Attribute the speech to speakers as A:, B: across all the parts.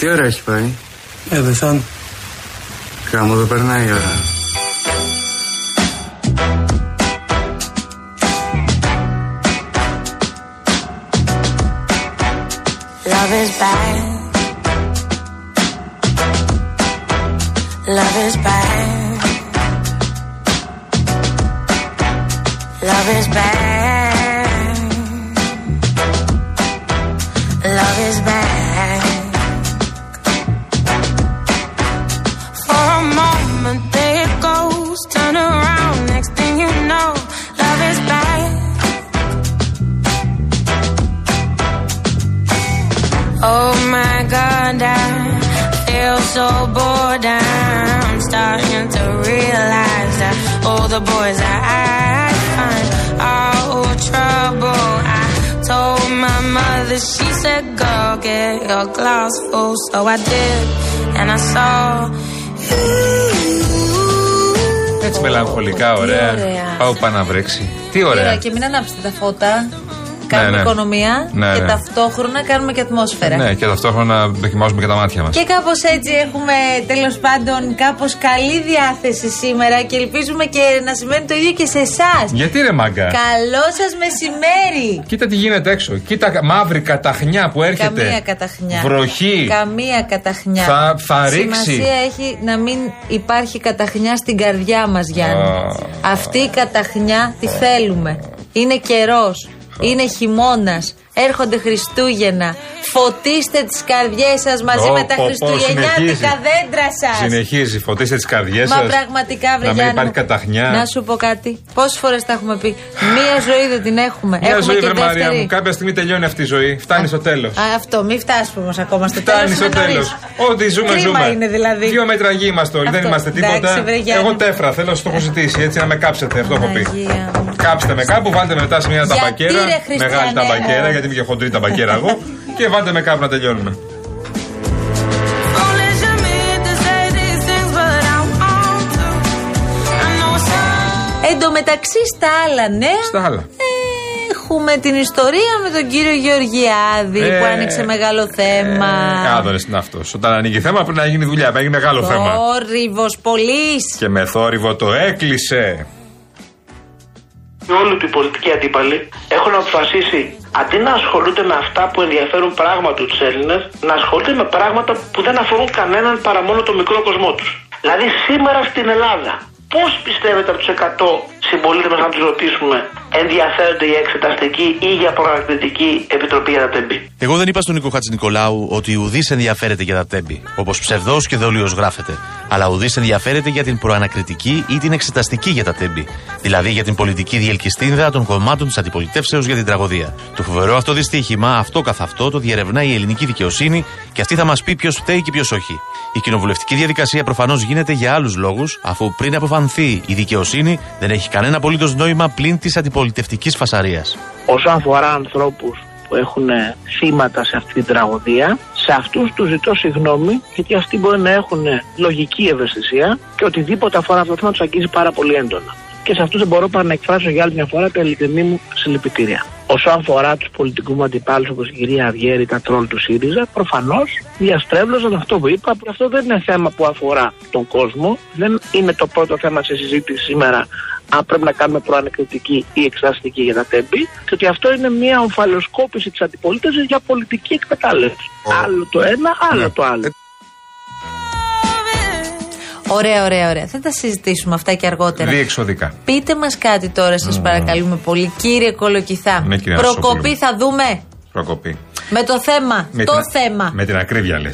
A: Τι ώρα έχει πάει.
B: Ε, δεν φτάνει.
A: Κάμω εδώ περνάει η ώρα.
C: Love is bad. Love is bad. Love is bad. Love is bad. For a moment, there it goes. Turn around, next thing you know, love is bad. Oh my god, I feel so bored. I'm starting to realize that all the boys that I find are all trouble. I told my mother, she said, Go get your glass full. So I did, and I saw you.
D: Έτσι μελαγχολικά, ωραία.
E: Τι ωραία.
D: Πάω πάνω να βρέξει. Τι
E: Ωραία,
D: ωραία.
E: και μην ανάψετε τα φώτα. Κάνουμε
D: ναι.
E: οικονομία
D: Ναι,
E: και
D: ναι.
E: ταυτόχρονα κάνουμε και ατμόσφαιρα.
D: Ναι, και ταυτόχρονα δοκιμάζουμε και τα μάτια μας.
E: Και κάπως έτσι έχουμε τέλος πάντων κάπως καλή διάθεση σήμερα και ελπίζουμε και να σημαίνει το ίδιο και σε εσάς.
D: Γιατί ρε μάγκα.
E: Καλό σας μεσημέρι!
D: Κοίτα τι γίνεται έξω. Κοίτα μαύρη καταχνιά που έρχεται.
E: Καμία καταχνιά.
D: Βροχή.
E: Καμία καταχνιά.
D: Θα- θα ρίξει.
E: Σημασία έχει να μην υπάρχει καταχνιά στην καρδιά μας, Γιάννη.
D: Α.
E: Αυτή η καταχνιά τη θέλουμε. Είναι καιρός. Είναι χειμώνας. Έρχονται Χριστούγεννα. Φωτίστε τις καρδιές σας μαζί
D: Ω,
E: με τα
D: πω, πω, συνεχίζει.
E: χριστουγεννιάτικα δέντρα σας.
D: Συνεχίζει, φωτίστε τις καρδιές σα.
E: Μα πραγματικά, βρε
D: Να μην
E: Γιάννη
D: υπάρχει
E: μου.
D: καταχνιά.
E: Να σου πω κάτι. Πόσες φορές τα έχουμε πει. Μία ζωή δεν την έχουμε.
D: Μια
E: έχουμε
D: ζωή,
E: και
D: βρε Μαρία
E: δεύτερη.
D: μου. Κάποια στιγμή τελειώνει αυτή η ζωή. Φτάνει στο τέλος.
E: Α, αυτό, μην φτάσουμε όμως ακόμα στο τέλος.
D: Φτάνει στο τέλο. Ό,τι ζούμε,
E: Κρίμα
D: ζούμε.
E: είναι δηλαδή.
D: Δύο μέτρα γη είμαστε όλοι, δεν
E: Αυτό.
D: είμαστε
E: Εντάξει,
D: τίποτα.
E: βρε, Γιάννη.
D: Εγώ τέφρα, θέλω να σου το έχω ζητήσει, έτσι να με κάψετε, αυτό έχω πει.
E: Παναγία μου.
D: Κάψτε με κάπου, βάλτε με μετά σε μια
E: Γιατί,
D: ταμπακέρα.
E: ρε, ναι. Χριστιανέ
D: Μεγάλη
E: μου.
D: ταμπακέρα, γιατί είμαι και χοντρή ταμπακέρα εγώ. Και βάλτε με κάπου να τελειώνουμε.
C: Foolish of me to say these things, but I want to. I know it's not.
E: Εν τω μεταξύ στα άλλα νέα.
D: Στα άλλα.
E: Έχουμε την ιστορία με τον κύριο Γεωργιάδη
D: Ε,
E: που άνοιξε μεγάλο θέμα.
D: Κάδωρε είναι αυτός. Όταν ανοίγει θέμα πρέπει να γίνει δουλειά, πρέπει να γίνει μεγάλο θέμα.
E: Θόρυβος πολλής.
D: Και με θόρυβο το έκλεισε.
F: όλοι του οι πολιτικοί αντίπαλοι έχουν αποφασίσει αντί να ασχολούνται με αυτά που ενδιαφέρουν πράγματι τους Έλληνες, να ασχολούνται με πράγματα που δεν αφορούν κανέναν παρά μόνο το μικρό κοσμό τους. Δηλαδή σήμερα στην Ελλάδα, πώς πιστεύετε από τους 100 συμπολίτες μας να τους ρωτήσουμε ενδιαφέρονται για εξεταστική ή για προανακτητική επιτροπή για τα τεμπή.
G: Εγώ δεν είπα στον Νίκο Χατζη Νικολάου ότι ουδής ενδιαφέρεται για τα τέμπη, όπως ψευδός και δολίω γράφεται. Αλλά ουδής ενδιαφέρεται για την προανακριτική ή την εξεταστική για τα τέμπη. Δηλαδή για την πολιτική διελκυστίνδα των κομμάτων της αντιπολιτεύσεως για την τραγωδία. Το φοβερό αυτό δυστύχημα, αυτό καθ' αυτό, το διερευνάει η ελληνική δικαιοσύνη και αυτή θα μας πει ποιος φταίει και ποιος όχι. Η κοινοβουλευτική διαδικασία προφανώς γίνεται για άλλους λόγους, αφού πριν αποφανθεί η δικαιοσύνη δεν έχει κανένα απολύτως νόημα πλην της αντιπολιτευτική φασαρία.
F: Όσον αφορά ανθρώπους που έχουν ε, θύματα σε αυτή την τραγωδία, σε αυτούς τους ζητώ συγγνώμη, γιατί αυτοί μπορεί να έχουν ε, λογική ευαισθησία και οτιδήποτε αφορά αυτό το θέμα τους αγγίζει πάρα πολύ έντονα. Και σε αυτούς δεν μπορώ παρά να εκφράσω για άλλη μια φορά τα ειλικρινή μου συλληπιτήρια. Όσον αφορά τους πολιτικούς μου αντιπάλους όπως η κυρία Αβιέρη, τα τρόλ του ΣΥΡΙΖΑ, προφανώς διαστρέβλωσαν αυτό που είπα. Αυτό δεν είναι θέμα που αφορά τον κόσμο. Δεν είναι το πρώτο θέμα σε συζήτηση σήμερα αν πρέπει να κάνουμε προανεκριτική ή εξεταστική για τα τέμπη, και ότι αυτό είναι μια ομφαλοσκόπηση της αντιπολίτευσης για πολιτική εκμετάλλευση. Άλλο το ένα, άλλο το άλλο.
E: Ωραία, ωραία, ωραία. Θα τα συζητήσουμε αυτά και αργότερα.
D: Διεξοδικά.
E: Πείτε μας κάτι τώρα, σας παρακαλούμε πολύ, κύριε Κολοκυθά.
D: Ναι, κυρία
E: Προκοπή
D: Βασοπούλου.
E: θα δούμε
D: Προκοπή.
E: με το θέμα.
D: Με
E: το
D: την-
E: θέμα.
D: Με την ακρίβεια λες.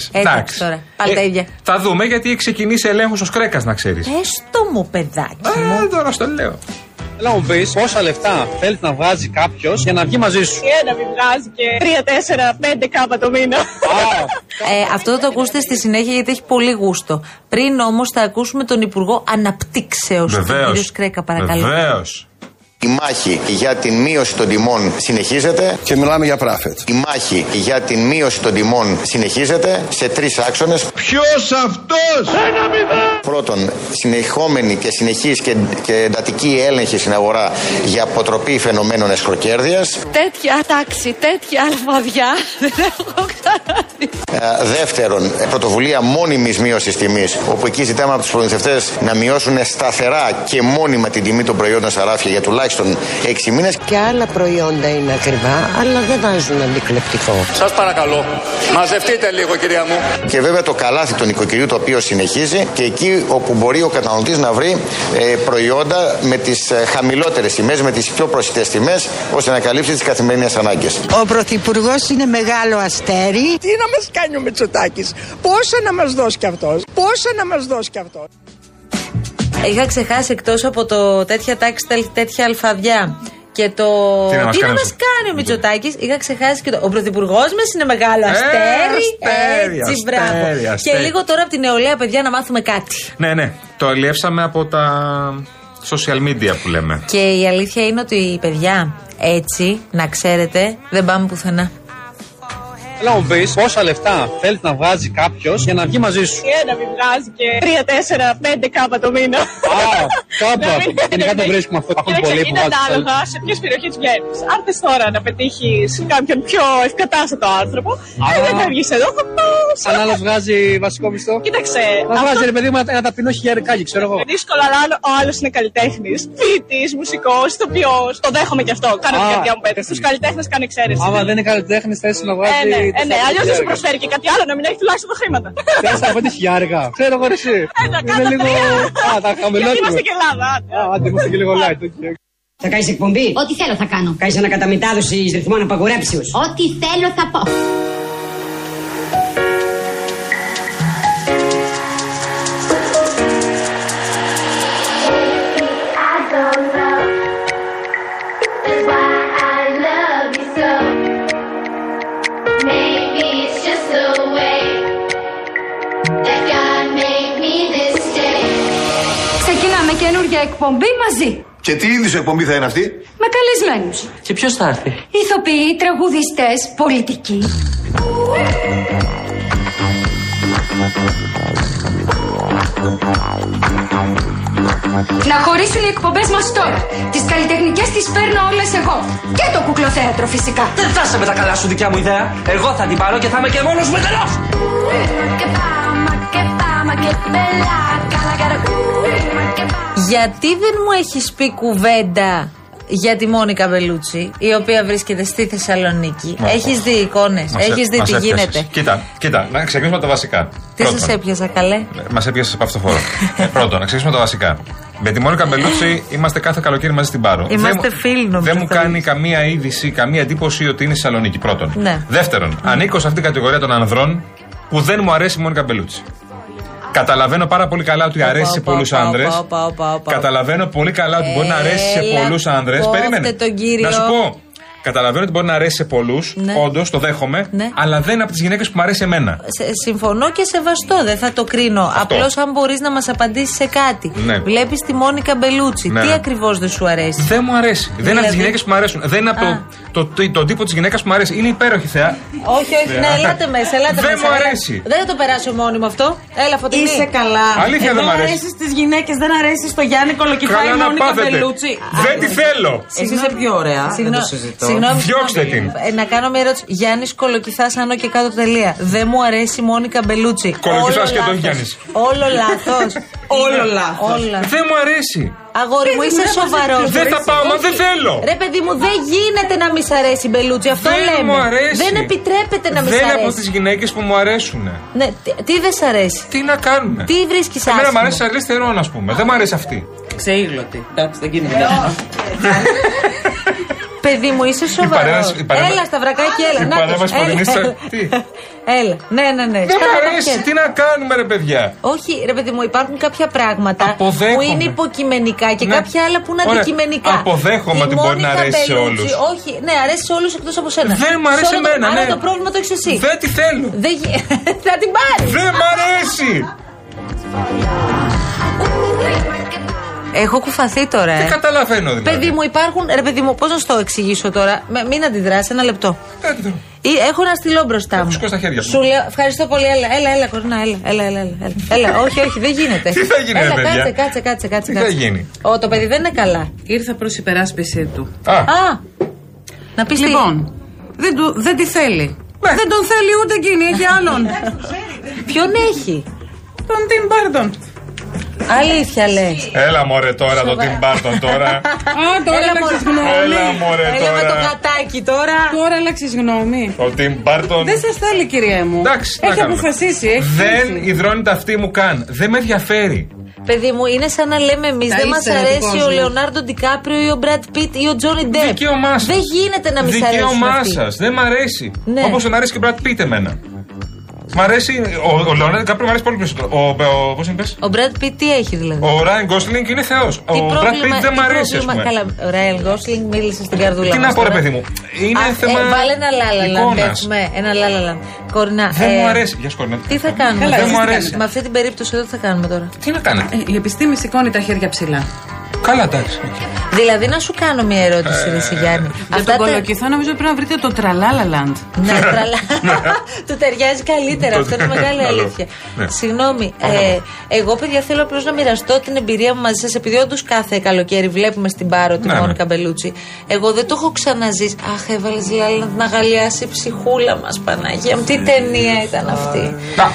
E: τώρα. Πάλι τα ίδια.
D: Θα δούμε γιατί έχει ξεκινήσει ελέγχος ως κρέκας, να ξέρεις.
E: Έστω μου, παιδάκι.
D: Ε, τώρα στο λέω.
H: Θέλω να μου πει πόσα λεφτά θέλεις να βγάζει κάποιος για να βγει μαζί σου.
I: Ένα μην βγάζει και 3, 4, 5 κάπα το μήνα.
H: Α,
E: Ε, αυτό θα το ακούσετε στη συνέχεια γιατί έχει πολύ γούστο. Πριν όμως θα ακούσουμε τον Υπουργό Αναπτύξεως, τον
D: Βεβαίω.
E: κύριο Σκρέκα, παρακαλώ.
D: Βεβαίως.
J: Η μάχη για την μείωση των τιμών συνεχίζεται.
K: Και μιλάμε για πράφετ.
J: Η μάχη για την μείωση των τιμών συνεχίζεται σε τρεις άξονες.
L: Ποιος αυτός! Ένα μηδέν!
J: Πρώτον, συνεχόμενη και συνεχής και, και εντατική έλεγχη στην αγορά για αποτροπή φαινομένων εσχροκέρδειας.
M: Τέτοια τάξη, τέτοια αλφαδιά δεν έχω ξαναδεί.
J: Ε, δεύτερον, πρωτοβουλία μόνιμης μείωσης τιμής, όπου εκεί ζητάμε από τους προμηθευτές να μειώσουν σταθερά και μόνιμα την τιμή των προϊόντων στα ράφια για τουλάχιστον 6 μήνες.
N: Και άλλα προϊόντα είναι ακριβά, αλλά δεν βάζουν αντικλεπτικό.
A: Σας παρακαλώ, μαζευτείτε λίγο κυρία μου.
J: Και βέβαια το καλάθι του νοικοκυριού το οποίο συνεχίζει και εκεί όπου μπορεί ο καταναλωτής να βρει ε, προϊόντα με τις ε, χαμηλότερες τιμές, με τις πιο προσιτές τιμές, ώστε να καλύψει τις καθημερινές ανάγκες.
N: Ο Πρωθυπουργός είναι μεγάλο αστέρι.
O: Τι να μας κάνει ο Μητσοτάκης, πόσα να μας δώσει κι αυτός, πόσα να μας δώσει κι αυτός.
E: Είχα ξεχάσει εκτός από το τέτοια τάξη, τέτοια αλφαδιά. Και το.
D: Τι να μας κάνεις
E: μας
D: αυτό.
E: κάνει ο Μητσοτάκης. Είχα ξεχάσει και το. Ο πρωθυπουργός μας είναι μεγάλο αστέρι.
D: Ε, αστέρι,
E: Έτσι,
D: αστέρι,
E: μπράβο. Και
D: αστέρι.
E: λίγο τώρα από την νεολαία, παιδιά, να μάθουμε κάτι.
D: Ναι, ναι. Το αλλιεύσαμε από τα social media που λέμε.
E: Και η αλήθεια είναι ότι, παιδιά, έτσι, να ξέρετε, δεν πάμε πουθενά.
G: Θέλω να μου πει πόσα λεφτά θέλει να βγάζει κάποιος για να βγει μαζί σου.
C: Για Ε, να μην βγάζει και 3, 4, 5 κάπα το μήνα.
G: Α, κάπα.
C: Να μην-
G: Γενικά το βρίσκουμε αυτό. Έχουν
C: Κοίταξε,
G: πολλοί που
C: είναι
G: βάζουν.
C: ανάλογα σε ποιε περιοχέ βγαίνει. Αν θες τώρα να πετύχεις κάποιον πιο ευκατάστατο άνθρωπο, ε, δεν θα βγεις εδώ, θα πας.
G: Αν άλλος βγάζει βασικό μισθό.
C: Κοίταξε.
G: Να βγάζει ρε παιδί μου ένα ταπεινό χιλιαρικάκι, ξέρω εγώ.
C: Δύσκολο, αλλά αν ο άλλος είναι καλλιτέχνης, ποιητή, μουσικός, ηθοποιός. Το δέχομαι και αυτό. Κάνω
G: Α,
C: την καρδιά μου πέτρε. Στου
G: τέχνης.
C: καλλιτέχνες κάνω εξαίρεση.
G: Άμα δεν είναι καλλιτέχνης, θέση να
C: Ε,
G: βγάζει.
C: ναι, ε, ναι. Αλλιώς δεν σου προσφέρει και κάτι άλλο να μην έχει τουλάχιστον τα χρήματα.
G: Τέσσερα πέντε χιλιάρικα. Ξέρω εγώ ρε, εσύ.
C: Ένα,
G: Είναι
C: κάτα
G: λίγο.
C: Ε, τρία.
G: Α, τα
C: Γιατί
G: χαμηλότερα.
C: είμαστε και Ελλάδα. ε. άντε.
G: Α, άντε, είμαστε και λίγο light. οκ.
P: Θα κάνεις εκπομπή.
M: Ό,τι θέλω θα κάνω.
P: Κάνει ανακαταμετάδοση εις ρυθμών απαγορέψεω.
M: Ό,τι θέλω θα πω. Ξεκινάμε καινούργια εκπομπή μαζί.
J: Και τι είδους εκπομπή θα είναι αυτή?
M: Με καλεσμένους.
P: Και ποιος θα έρθει.
M: Ηθοποιοί, τραγουδιστές, πολιτικοί. Να χωρίσουν οι εκπομπές μας τώρα. Τις καλλιτεχνικές τις παίρνω όλες εγώ. Και το κουκλοθέατρο φυσικά.
P: Δεν θα είσαι με τα καλά σου δικιά μου ιδέα. Εγώ θα την πάρω και θα είμαι και μόνος μου εντελώ.
M: Και πάμα, και πάμα, και μπελά, καλά, καλά, και πάμα.
E: Γιατί δεν μου έχεις πει κουβέντα για τη Μόνικα Μπελούτσι, η οποία βρίσκεται στη Θεσσαλονίκη.
D: Μα,
E: Έχεις δει εικόνες,
D: Μας
E: έχεις
D: έ-
E: δει
D: μας
E: τι
D: έπιασες.
E: γίνεται.
D: Κοίτα, κοίτα, να ξεκινήσουμε από τα βασικά.
E: Τι σας έπιασα, καλέ.
D: Μας έπιασες από αυτό χώρο. ε, πρώτον, να ξεκινήσουμε από τα βασικά. Με τη Μόνικα Μπελούτσι είμαστε κάθε καλοκαίρι μαζί στην Πάρο.
E: Είμαστε
D: Δεν μου-
E: φίλοι, νομίζω,
D: Δεν μου
E: θα
D: κάνει καμία είδηση, καμία εντύπωση ότι είναι στη Θεσσαλονίκη. Πρώτον.
E: Ναι.
D: Δεύτερον, ανήκω σε αυτήν την κατηγορία των ανδρών που δεν μου αρέσει η Μόνικα Μπελούτσι. Καταλαβαίνω πάρα πολύ καλά ότι αρέσει σε
E: όπα,
D: πολλού
E: όπα,
D: άντρε.
E: όπα, όπα, όπα, όπα.
D: Καταλαβαίνω πολύ καλά ότι μπορεί να αρέσει σε
E: Έλα,
D: πολλούς άντρε.
E: κόφτε
D: Περίμενε.
E: τον κύριο.
D: Να σου πω. Καταλαβαίνω ότι μπορεί να αρέσει σε πολλούς.
E: Ναι.
D: Όντως, το δέχομαι.
E: Ναι.
D: Αλλά δεν είναι από τις γυναίκες που μου αρέσει εμένα.
E: Σε- συμφωνώ και σεβαστό, δεν θα το κρίνω. Απλώς αν μπορείς να μας απαντήσεις σε κάτι.
D: Ναι.
E: Βλέπεις τη Μόνικα Μπελούτσι.
D: Ναι.
E: Τι ακριβώς δεν σου αρέσει.
D: Δεν μου αρέσει. Δεν είναι από τις
E: Δηλαδή?
D: γυναίκες που μου αρέσουν. Δεν είναι από
E: Α.
D: το, το, το, τον τύπο της γυναίκας που μου αρέσει. Είναι υπέροχη θεά.
E: Όχι, όχι,
D: Ναι.
E: ναι, ελάτε μέσα, ελάτε
D: Δεν
E: μέσα.
D: μου
E: έλα.
D: αρέσει.
E: Δεν θα το περάσω μόνιμο αυτό. Έλα, φωτεινή.
C: Ναι.
P: Είσαι καλά.
D: Αλήθεια
P: Ε,
D: δεν μ' αρέσει.
P: στι γυναίκες, δεν αρέσεις στο Γιάννη Κολοκυφά η
D: Καλά να
P: Μόνικα
D: πάθετε.
P: Μπελούτσι.
D: Δεν τη θέλω.
P: Εσύ είσαι πιο ωραία. Δεν το
E: Συγγνώ-
P: συζητώ.
E: Συγγνώμη.
D: Διώξτε
E: συγγνώμη. Ε, να κάνω μια ερώτηση. Γιάννης Κολοκυθάς, άνω και κάτω τελεία. Δεν μου αρέσει η Μόνικα Μπελούτσι.
D: Κολοκυθάς
E: Όλο
D: και τον
E: λάθος.
D: Γιάννης.
E: Όλο λάθος.
P: Όλο λάθος.
D: Δεν μου αρέσει.
E: Αγόρι μου, είσαι σοβαρό.
D: Δεν θα πάω, μα δεν θέλω.
E: Ρε παιδί μου, δεν γίνεται να μη σ' αρέσει η Μπελούτσι. Αυτό
D: Δεν
E: λέμε.
D: μου αρέσει.
E: Δεν επιτρέπεται να μη σ'
D: Δεν είναι από
E: αρέσει.
D: τις γυναίκες που μου αρέσουν.
E: Ναι, τι, τι δεν σ' αρέσει.
D: Τι να κάνουμε.
E: Τι βρίσκεις
D: Εμένα μου
E: άσχημο? Ε,
D: αρέσει η Αρλή Στερών, ας πούμε. Δεν μου αρέσει αυτή.
P: Ξεήγλωτη. Εντάξει, δεν γίνεται.
E: Παιδί μου, είσαι σοβαρό.
D: παρέμβαση- η παρέμβαση-
E: Έλα, σταυρακάκι, έλα.
D: Η
E: Να το-
D: παρέμβαση
E: έλα.
D: παρεμβαίνει στο- Τι?
E: Έλα. Ναι, ναι, ναι.
D: Δεν
E: Κατά τα
D: μου αρέσει.
E: χέρια.
D: Τι να κάνουμε, ρε παιδιά.
E: Όχι, ρε παιδί μου, υπάρχουν κάποια πράγματα
D: Αποδέχομαι.
E: που είναι υποκειμενικά και
D: Ναι.
E: κάποια άλλα που είναι
D: Ωραία.
E: αντικειμενικά.
D: Αποδέχομαι
E: Η
D: ότι μπορεί να
E: Μόνικα
D: αρέσει σε
E: Μπελούτσι,
D: όλους.
E: Όχι, ναι, αρέσει σε όλους εκτός από σένα.
D: Δεν μου αρέσει
E: Σε όλο το-
D: εμένα,
E: Άρα
D: ναι.
E: το πρόβλημα το έχεις εσύ.
D: Δεν τη θέλω.
E: Δεν γι- θα την πάρεις.
D: Δεν μ' αρέσει.
E: Έχω κουφαθεί τώρα.
D: Δεν
E: ε.
D: καταλαβαίνω δηλαδή.
E: Παιδί μου, υπάρχουν. Ρε, παιδί μου, πώς να σου το εξηγήσω τώρα. Με- Μην αντιδράσεις, ένα λεπτό. Ή, έχω ένα στυλό μπροστά μου.
D: Σηκώ στα χέρια
E: Σου λέω, ευχαριστώ πολύ, έλα, έλα, έλα, κορνά, έλα, έλα, έλα, έλα, έλα. έλα όχι, όχι, δεν γίνεται.
D: Τι θα γίνει, ρε,
E: έλα,
D: παιδιά?
E: κάτσε, κάτσε, κάτσε, κάτσε.
D: Τι θα
E: κάτσε.
D: γίνει?
E: Ο, το παιδί δεν είναι καλά.
C: Ήρθα προς υπεράσπιση του.
D: Α.
E: να πεις
C: Λοιπόν, δεν, του, δεν τη θέλει.
D: Ναι.
C: Δεν τον θέλει ούτε εκείνη, έχει άλλον.
E: Ποιον έχει?
C: Τον Τιμ Μπάρντον.
E: Αλήθεια λες.
D: Έλα μωρέ τώρα το Tim Burton τώρα.
C: Α, τώρα
E: Έλα,
C: άλλαξε
E: μωρέ.
C: γνώμη.
D: Έλα, μωρέ, Έλα, με Ε, τώρα. το
E: γατάκι τώρα.
C: Τώρα άλλαξε γνώμη.
D: Ο Tim Burton.
C: Δεν σας θέλει, κυρία μου.
D: Εντάξει, τι να
C: έχει
D: κάνουμε.
C: αποφασίσει, έχει κλείσει.
D: Δεν υδρώνει τα αυτή μου καν. Δεν με ενδιαφέρει.
E: Παιδί μου, είναι σαν να λέμε εμείς
C: Τα
E: δεν μας
C: ύστερα του
E: αρέσει ο
D: λοιπόν,
C: κόσμου.
E: Λεωνάρντο Ντικάπριο ή ο Μπρατ Πιτ ή ο Τζόνι Ντεπ.
D: Δικαίωμά σας.
E: Ε, Δεν γίνεται να μην σ' αρέσουν.
D: Δικαίωμά
E: αυτοί.
D: σας. Δεν μ' αρέσει.
E: Ναι.
D: Όπως τον αρέσει και ο Brad Pitt εμένα. Μ' αρέσει. Ο, ο Leonardo DiCaprio μου αρέσει πολύ περισσότερο. Ο, ο, πώς είναι πες?
E: Ο Μπρατ Πιτ τι έχει δηλαδή.
D: Ο Ryan Gosling είναι θεός. Ο
E: Τι
D: Brad Pitt δεν
E: τι
D: μ' αρέσει, ας
E: πρόβλημα-
D: πούμε.
E: Καλά, ο Ράιλ Γκόσλινγκ μίλησε στην καρδούλα.
D: Τι να
E: μας
D: πω, ρε
E: τώρα.
D: παιδί μου. Είναι
E: Α,
D: θέμα.
E: Ε, βάλε ένα λάλαλαν.
D: εικόνας.
E: Έχουμε ένα λάλαλαν. Κορινά.
D: Δεν
E: ε,
D: μου αρέσει. Για σκόρνα.
E: Τι θα κάνουμε.
C: Καλά,
E: τώρα.
C: εσείς τι κάνετε.
E: Με αυτή την περίπτωση εδώ τι θα κάνουμε τώρα.
D: Τι να κάνετε.
C: Ε, Η επιστήμη σηκώνει τα χέρια ψηλά.
D: Καλά, εντάξει. οκ.
E: Δηλαδή να σου κάνω μια ερώτηση, ρε Σιγιάννη.
C: Ε, Για τον κολοκυθό νομίζω πρέπει να βρείτε το τραλάλαλαντ.
E: Ναι, τραλά. Του ταιριάζει καλύτερα. Αυτό είναι μεγάλη
C: Καλό.
E: αλήθεια.
C: Ναι.
E: Συγγνώμη. ε, Εγώ, παιδιά, θέλω απλώς να μοιραστώ την εμπειρία μου μαζί σας. Επειδή όντως κάθε καλοκαίρι βλέπουμε στην Πάρο τη
C: Ναι, ναι.
E: Μόνικα Μπελούτσι. Εγώ δεν το έχω ξαναζήσει. Αχ, έβαλες λάλα να την αγαλιάσει η ψυχούλα μας, Παναγία μου. Τι ταινία ήταν αυτή.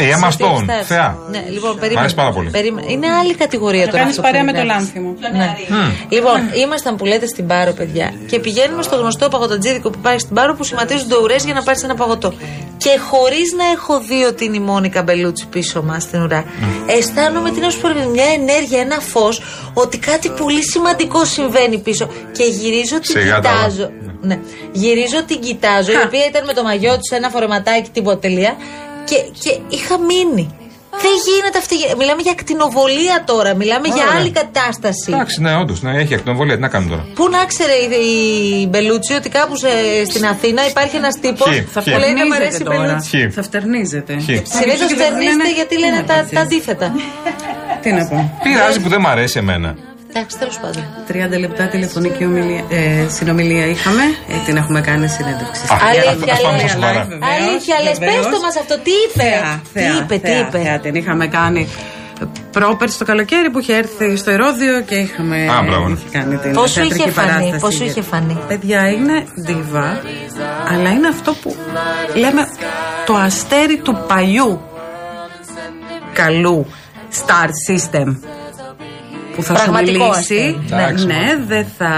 D: Να, η Ε, Emma
E: Σε τι
D: Stone,
E: στάση.
D: θεά.
E: Ναι, λοιπόν, περίμενε.
D: αρέσει πάρα πολύ.
E: Περίμενε. Είναι άλλη κατηγορία
C: Θα
E: τώρα.
C: κάνεις
E: αυτό που
C: παρέα με
E: μου
C: το
E: γράφεις.
C: λάνθιμο.
E: Ναι. Λοιπόν, ήμασταν που λέτε στην Πάρο, παιδιά, και πηγαίνουμε στο γνωστό παγωτατζίδικο που πάει στην Πάρο που σηματίζουν το ουρές για να πάρεις ένα παγωτό. Και χωρίς να έχω δει ότι είναι η Μόνικα Μπελούτσι πίσω μας στην ουρά, αισθάνομαι τι να σου πω, ρε παιδί, μια ενέργεια, ένα φως, ότι κάτι πολύ σημαντικό συμβαίνει πίσω. Και γυρίζω, την
D: Σιγά τα όλα.
E: κοιτάζω. Ναι. Γυρίζω, την κοιτάζω, η οποία ήταν με το μαγιό της ένα φορεματάκι τυποτελεία και, και είχα μείνει. Δεν γίνεται αυτή. Μιλάμε για ακτινοβολία τώρα. Μιλάμε για
D: Ωραία.
E: άλλη κατάσταση.
D: Εντάξει, ναι, όντως. Ναι, έχει ακτινοβολία. Τι να κάνουμε τώρα.
E: Πού να ξέρε η, η Μπελούτσι ότι κάπου σε- στην Αθήνα υπάρχει ένας τύπος
D: Χι,
E: που
D: χι.
E: λέει Δεν μ' αρέσει η
C: Φτερνίζεται τώρα.
E: Μπελούτσι.
D: Χι.
C: Θα φτερνίζεται. Ναι.
D: Χι.
E: Συνήθω τερνίστε γιατί
D: Ναι,
E: λένε τα, τα αντίθετα.
C: Τι να πω.
D: Πειράζει που δεν μ' αρέσει εμένα.
E: Εντάξει, τέλος πάντων.
C: 30 λεπτά τηλεφωνική ομιλία, ε, συνομιλία είχαμε. Ε, την έχουμε κάνει συνέντευξη.
D: Α,
E: Αλήθεια
D: ας
E: λες.
D: πάμε στα σοβαρά.
E: Αλήθεια λες. Πες το μας αυτό. Τι είπε. Τι είπε, τι είπε.
C: την είχαμε κάνει πρόπερ το καλοκαίρι που είχε έρθει στο Ερόδιο και είχαμε
D: Α, μπράβο, ναι.
C: είχε κάνει την
E: Πόσο
C: θεατρική
E: είχε φανεί,
C: παράσταση.
E: πόσο είχε φανεί.
C: Παιδιά είναι ντίβα, αλλά είναι αυτό που λέμε το αστέρι του παλιού καλού star system που θα σου
E: Πραγματικό
C: μιλήσει.
E: αστέρι.
C: Ναι,
E: Εντάξει.
C: ναι, δεν θα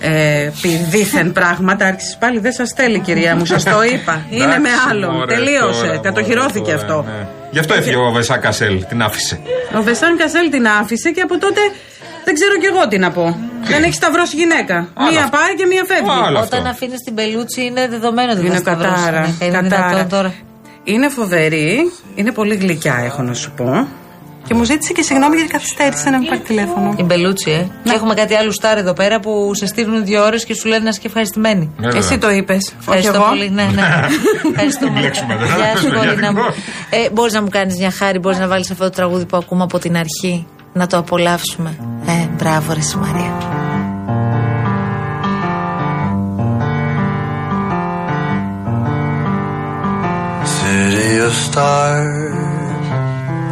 C: ε, πει δίθεν πράγματα. Άρχισε πάλι, δεν σας θέλει, κυρία μου, σας το είπα. Είναι με
D: Εντάξει,
C: άλλον.
D: μωρέ, τώρα,
C: Τελείωσε.
D: μωρέ,
C: Κατοχυρώθηκε
D: τώρα,
C: αυτό.
D: ναι. Γι' αυτό έφυγε ο Βεσά Κασέλ, την άφησε.
C: Ο Βεσάν Κασέλ την άφησε και από τότε δεν ξέρω κι εγώ τι να πω. Δεν έχει σταυρώσει γυναίκα.
D: Άλλο
C: Μία
D: αυτό.
C: πάει και μία φεύγει.
E: Όταν αφήνεις την Μπελούτσι είναι δεδομένο ότι
C: Είναι
E: θα σταυρώσεις.
C: κατάρα.
E: Ναι, είναι
C: κατάρα.
E: δυνατόν τώρα.
C: Είναι φοβερή. Είναι πολύ γλυκιά, έχω να σου πω. Και μου ζήτησε και συγγνώμη γιατί καθυστέρησε να μην πάρει τηλέφωνο.
E: Η Μπελούτσι, ε.
C: Ναι.
E: Έχουμε κάτι άλλο στάρ εδώ πέρα που σε στείλουν δύο ώρες και σου λένε να είσαι και ευχαριστημένη.
D: βέβαια. Εσύ
C: το είπες.
E: Ευχαριστώ πολύ. Ναι, ναι. Ευχαριστούμε.
D: Μπλέξουμε τώρα.
E: Γεια σου,
D: Παιδιά,
E: Κορίνα μου.
D: λοιπόν.
E: Ε, μπορείς να μου κάνεις μια χάρη, μπορείς να βάλεις αυτό το τραγούδι που ακούμε από την αρχή. Να το απολαύσουμε. Ε, μπράβο, ρε εσύ, Μαρία.
A: City of stars,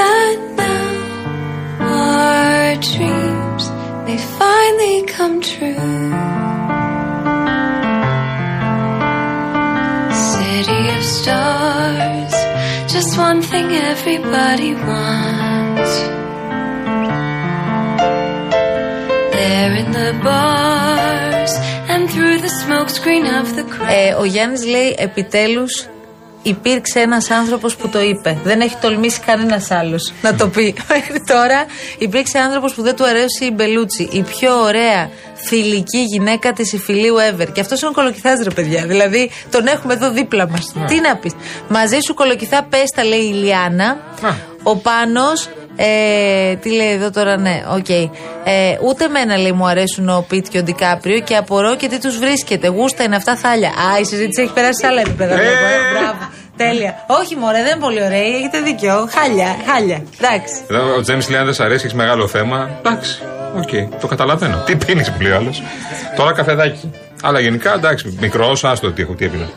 Q: that now our dreams they finally come true. City of stars, just one thing everybody wants. There in the bars and through the smoke screen of the crowd.
E: Ε, ο Γιάννης λέει επιτέλους υπήρξε ένας άνθρωπος που το είπε. Δεν έχει τολμήσει κανένας άλλος να το πει. Μέχρι τώρα υπήρξε άνθρωπος που δεν του αρέσει η Μπελούτσι. Η πιο ωραία φιλική γυναίκα της Ιφιλίου ever. Και αυτός είναι ο κολοκυθάς, ρε παιδιά. Δηλαδή τον έχουμε εδώ δίπλα μας. Τι να πεις. Μαζί σου κολοκυθά, πες τα λέει η Λιάννα. Ο Πάνος ε, τι λέει εδώ τώρα, ναι, οκ. Ε, ούτε εμένα λέει μου αρέσουν ο Πιτ και ο Ντικάπριο και απορώ και τι τους βρίσκεται. Γούστα είναι αυτά θάλια. Α, η συζήτηση έχει περάσει σε άλλα επίπεδα. βλέπω, ε, Μπράβο. Τέλεια. Όχι, μωρέ, δεν είναι πολύ ωραία. Έχετε δίκιο. Χάλια, χάλια. Εντάξει.
D: Εδώ ο Τζέμις λέει: Αν δεν σ' αρέσει, έχει μεγάλο θέμα. Εντάξει. Οκ, το καταλαβαίνω. Τι πίνεις που λέει ο άλλος. Τώρα καφεδάκι. Αλλά γενικά εντάξει, μικρός, άστο τι έχω, τι έπεινα.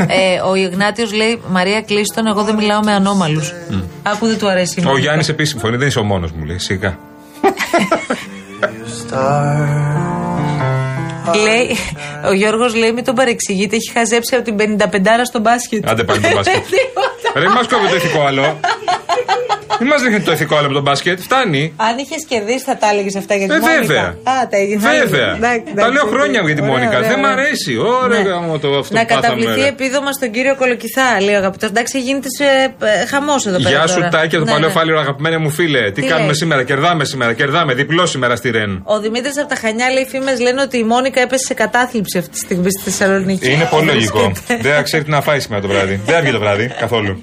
E: ε, ο Ιγνάτιος λέει: Μαρία, κλείσει τον. Εγώ δεν μιλάω με ανώμαλους. Άκου δεν του αρέσει. η
D: Ο
E: μουσική.
D: Γιάννης επίσης συμφωνεί, δεν είσαι ο μόνος μου, λέει. Σιγά.
E: Λέει, ο Γιώργος λέει: Μην τον παρεξηγείτε, έχει χαζέψει από την 55 στο μπάσκετ. Ε,
D: Άντε πάλι το μπάσκετ. Ρε, μας κόβει το ηθικό άλλο. Μην μας δείχνει το ηθικό άλλο από τον μπάσκετ. Φτάνει.
E: Αν είχες κερδίσει, θα τα έλεγες αυτά για τη
D: Ε,
E: Μόνικα.
D: βέβαια.
E: Α, τα έγινε.
D: Βέβαια.
E: Εντάξει,
D: Τα
E: εντάξει,
D: λέω
E: οκ.
D: χρόνια για τη
E: Ωραία,
D: Μόνικα.
E: ωραία,
D: Δεν μ'
E: ωραία.
D: αρέσει. Ωραία,
E: Ναι.
D: γάμο το αυτό
E: να
D: που πάθαμε.
E: καταβληθεί
D: ρε.
E: επίδομα στον κύριο Κολοκυθά, λέει ο αγαπητός. Εντάξει, γίνεται χαμός εδώ πέρα.
D: Γεια σου,
E: τώρα.
D: Τάκη, από το
E: Ναι,
D: παλαιό
E: ναι.
D: φάλιρο, αγαπημένα μου φίλε. Τι
E: Τι
D: κάνουμε
E: λέει?
D: σήμερα, κερδάμε σήμερα, κερδάμε. Διπλό σήμερα στη Ρεν.
E: Ο Δημήτρης από τα Χανιά λέει: Φήμες λένε ότι η Μόνικα έπεσε σε κατάθλιψη αυτή τη στιγμή στη Θεσσαλονίκη.
D: Είναι πολύ λογικό. Δεν ξέρει τι να φάει σήμερα το βράδυ. Δεν έβγαινε το βράδυ καθόλου.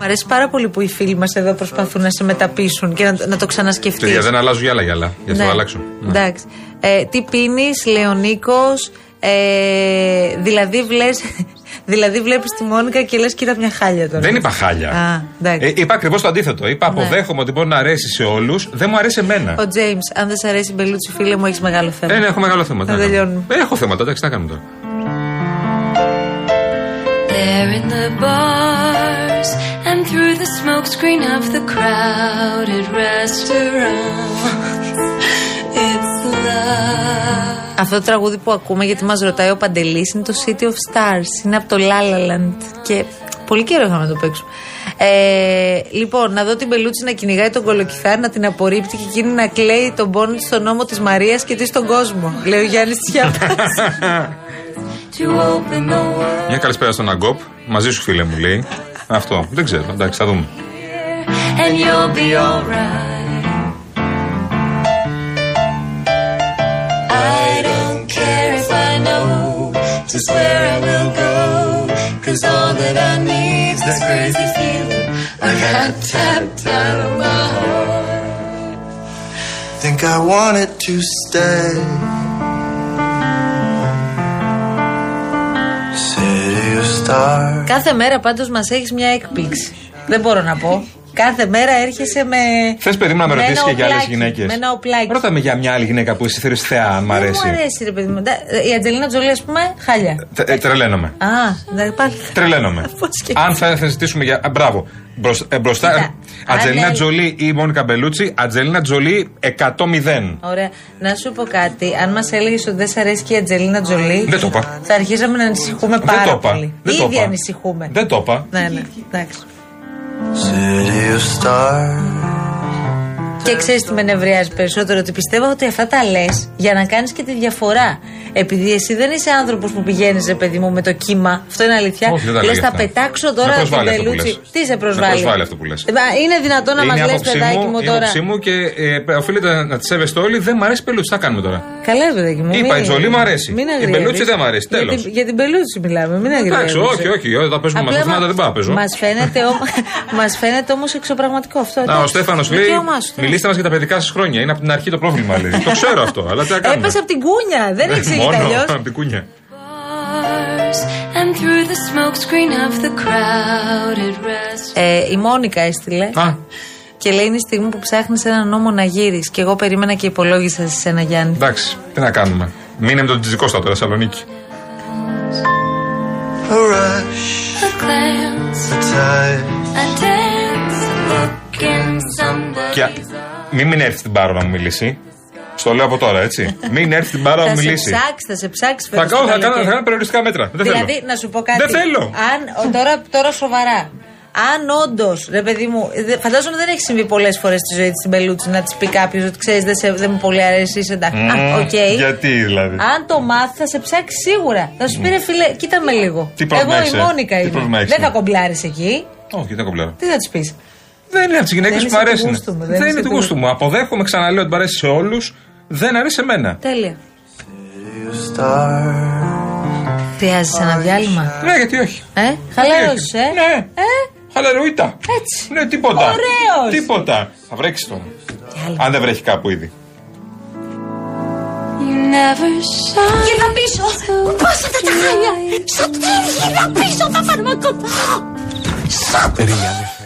E: Μ' αρέσει πάρα πολύ που οι φίλοι μας εδώ προσπαθούν να σε μεταπίσουν και να, να το ξανασκεφτείς.
D: Παιδιά, δεν αλλάζω γυαλά γυαλά. Γι' αυτό
E: Ναι.
D: θα αλλάξω. Ναι.
E: Εντάξει. Ε, τι πίνεις, Λεωνίκος. Ε, δηλαδή, βλες, δηλαδή βλέπεις τη Μόνικα και λες: Κοίτα μια χάλια τώρα.
D: Δεν είπα χάλια.
E: Α, εντάξει.
D: Ε, είπα ακριβώς το αντίθετο. Είπα αποδέχομαι ότι μπορεί να αρέσει σε όλους, δεν μου αρέσει εμένα.
E: Ο Τζέιμ, αν δεν σ' αρέσει η Μπελούτσι, φίλε μου, έχεις μεγάλο θέμα.
D: Δεν έχω μεγάλο θέμα. τι
E: Θα
D: να κάνω.
E: τελειώνουμε.
D: Ε, Έχω θέματα, εντάξει, τι να κάνουμε τώρα.
Q: There in the bars and through the smoke screen of the crowded restaurants. It's love.
E: Αυτό το τραγούδι που ακούμε, γιατί μας ρωτάει ο Παντελής, είναι το City of Stars. Είναι από το La La Land. Και πολύ καιρό είχαμε να το παίξουμε. Ε, λοιπόν, να δω την Μπελούτσι να κυνηγάει τον κολοκυθάρι, να την απορρίπτει και εκείνη να κλαίει τον πόνο της στον νόμο της Μαρίας και της στον κόσμο. Λέει ο Γιάννης Τσιάπας.
Q: To open the world
D: Μια καλησπέρα στον Αγκόπ. Μαζί σου, φίλε μου, λέει. Αυτό. Δεν ξέρω. Εντάξει, θα δούμε.
Q: and you'll be alright. I don't care if I know just where I will go. Cause all that I need's this crazy feeling. I got tapped out of my heart.
A: Think I wanted to stay. City of stars.
E: Κάθε μέρα πάντως μας έχεις μια έκπληξη. Δεν μπορώ να πω. Κάθε μέρα έρχεσαι με.
D: Θες παιδί μου να με
E: με ένα
D: ρωτήσεις και για άλλες
E: οπλάκι,
D: γυναίκες.
E: Με ένα οπλάκι.
D: Ρώτα με για μια άλλη γυναίκα που εσύ θεωρείς θεά, αν
E: Δεν
D: μ'
E: μου
D: αρέσει.
E: αρέσει, ρε παιδί μου. Τα- Η Ατζελίνα Τζολί, ας πούμε, χάλια.
D: Τε- ε, Τρελαίνομαι.
E: Α, δεν πάλι.
D: Τρελαίνομαι. Αν θα, θα ζητήσουμε για. α, Μπράβο. Μπροσ- ε, μπροστά.
E: Κοίτα,
D: Ατζελίνα
E: αν λέει-
D: Τζολί ή Μόνικα Μπελούτσι. Ατζελίνα Τζολί 100.
E: Ωραία. Να σου πω κάτι. Αν μας έλεγες ότι δεν σ' αρέσει και η Ατζελίνα Τζολί.
D: Δεν το είπα.
E: Θα αρχίσαμε να ανησυχούμε
D: Δεν το
E: πάρα
D: είπα.
E: πολύ.
D: Δεν το
E: Ήδη
D: είπα.
E: ανησυχούμε.
D: Δεν το είπα.
E: Ναι, ναι. Εντάξει.
A: City of stars.
E: Και ξέρεις τι με νευριάζει περισσότερο, ότι πιστεύω ότι αυτά τα λες για να κάνεις και τη διαφορά. Επειδή εσύ δεν είσαι άνθρωπος που πηγαίνεις, ρε παιδί μου, με το κύμα. Αυτό είναι αλήθεια.
D: Όχι, δεν τα
E: Λες,
D: λέγε
E: θα
D: αυτά.
E: πετάξω
D: Με
E: τώρα την
D: προσβάλλει αυτό που
E: πελούτσι.
D: λες.
E: Τι σε
D: Με
E: προσβάλλει.
D: προσβάλλει αυτό που λες.
E: Ε, μα, Είναι δυνατόν να μα
D: Είναι η
E: λες,
D: άποψή
E: παιδάκι
D: μου,
E: μου
D: η
E: τώρα.
D: άποψή μου και ε, οφείλετε να τη σέβεστε όλοι. Δεν μ' αρέσει η Μπελούτσι. Τι θα κάνουμε τώρα.
E: Καλά, παιδάκι μου.
D: Είπα,
E: μην-
D: η Τζολί μου αρέσει.
E: Μην
D: Η
E: αγριεύεις.
D: Μπελούτσι δεν μ' αρέσει,
E: Για
D: τέλος.
E: την- Για την Μπελούτσι μιλάμε. Μην αγριεύεις.
D: Εντάξει, όχι, όχι. όχι, Θα παίζουμε με
E: Απλά
D: μαθήματα, δεν πάω να παίζω.
E: Μας φαίνεται, όμ... μας φαίνεται όμως εξωπραγματικό αυτό.
D: Να, ο Στέφανος λέει:
E: Μιλήστε.
D: Μιλήστε μας για τα παιδικά σας χρόνια. Είναι από την αρχή το πρόβλημα, λέει. το ξέρω αυτό, αλλά τι να κάνουμε.
E: Έπεσε από την κούνια. Δεν εξηγείται
D: Ε, Μόνο
E: αλλιώς.
D: από την κούνια.
Q: bars and through the smoke screen of the crowded restaurant.
E: Ε, η Μόνικα έστειλε. Και λέει: Είναι η στιγμή που ψάχνεις έναν νόμο να γύρεις. Και εγώ περίμενα και υπολόγισα σε ένα Γιάννη.
D: Εντάξει, τι να κάνουμε. Μείνε με τον Τζικώστα τώρα, Θεσσαλονίκη.
A: A rush.
Q: A glance,
A: A tide.
Q: a dance, look in somebody's
D: Και α- μην, μην έρθει στην πάρο να μου μιλήσει. Στο λέω από τώρα, έτσι. Μην έρθει στην πάρο να
E: θα
D: μου
E: σε
D: μιλήσει.
E: ψάξει, θα σε ψάξει.
D: Θα, κάνω, θα, κάνω, θα
E: καλοκαίρι.
D: κάνω περιοριστικά μέτρα. Δεν
E: δηλαδή,
D: θέλω.
E: να σου πω κάτι.
D: Δεν θέλω.
E: Αν, ο, τώρα, τώρα σοβαρά. αν όντως, ρε παιδί μου, δε- φαντάζομαι δεν έχει συμβεί πολλές φορές στη ζωή της την Μπελούτση να της πει κάποιος ότι ξέρεις, δεν, σε- δεν μου πολύ αρέσει, είσαι εντάξει.
D: Μμμ,
E: Α, οκ.
D: Γιατί δηλαδή.
E: Αν το μάθεις, θα σε ψάξει σίγουρα. Θα σου πει, ρε φίλε, κοίτα με λίγο.
D: Τι πρόβλημα
E: Εγώ
D: έχεις,
E: η
D: ε?
E: Μόνικα
D: Τι
E: είμαι.
D: πρόβλημα έχεις,
E: Δεν
D: ε?
E: θα κομπλάρεις εκεί.
D: Όχι, δεν κομπλάρω.
E: Τι θα της πεις.
D: Δεν είναι από τις
E: Δεν
D: γυναίκε που
E: είσαι
D: μου
E: του
D: αρέσουν.
E: γούστου μου, δεν
D: Δεν
E: είσαι
D: είναι
E: του
D: του γούστου μου. Αποδέχομαι, ξαναλέω ότι μ' αρέσει σε όλους. Δεν αρέσει σε μένα.
E: Τέλεια.
A: Star.
E: Χρειάζεσαι ένα διάλειμμα.
D: Ναι, γιατί όχι.
E: Ε, χαλάρωσε. ε.
D: Ναι.
E: Ε,
D: Χαλαρούιτα. Έτσι. Ναι, τίποτα.
E: Ωραίος.
D: Τίποτα. Θα βρέξεις τώρα.
E: άλλο.
D: Αν δεν βρέχει κάπου ήδη.
Q: Γύρνα πίσω! Πάσα τα τα χάλια! Σαν τύχη γύρνα πίσω τα φάρμακα!
R: Περίμενε.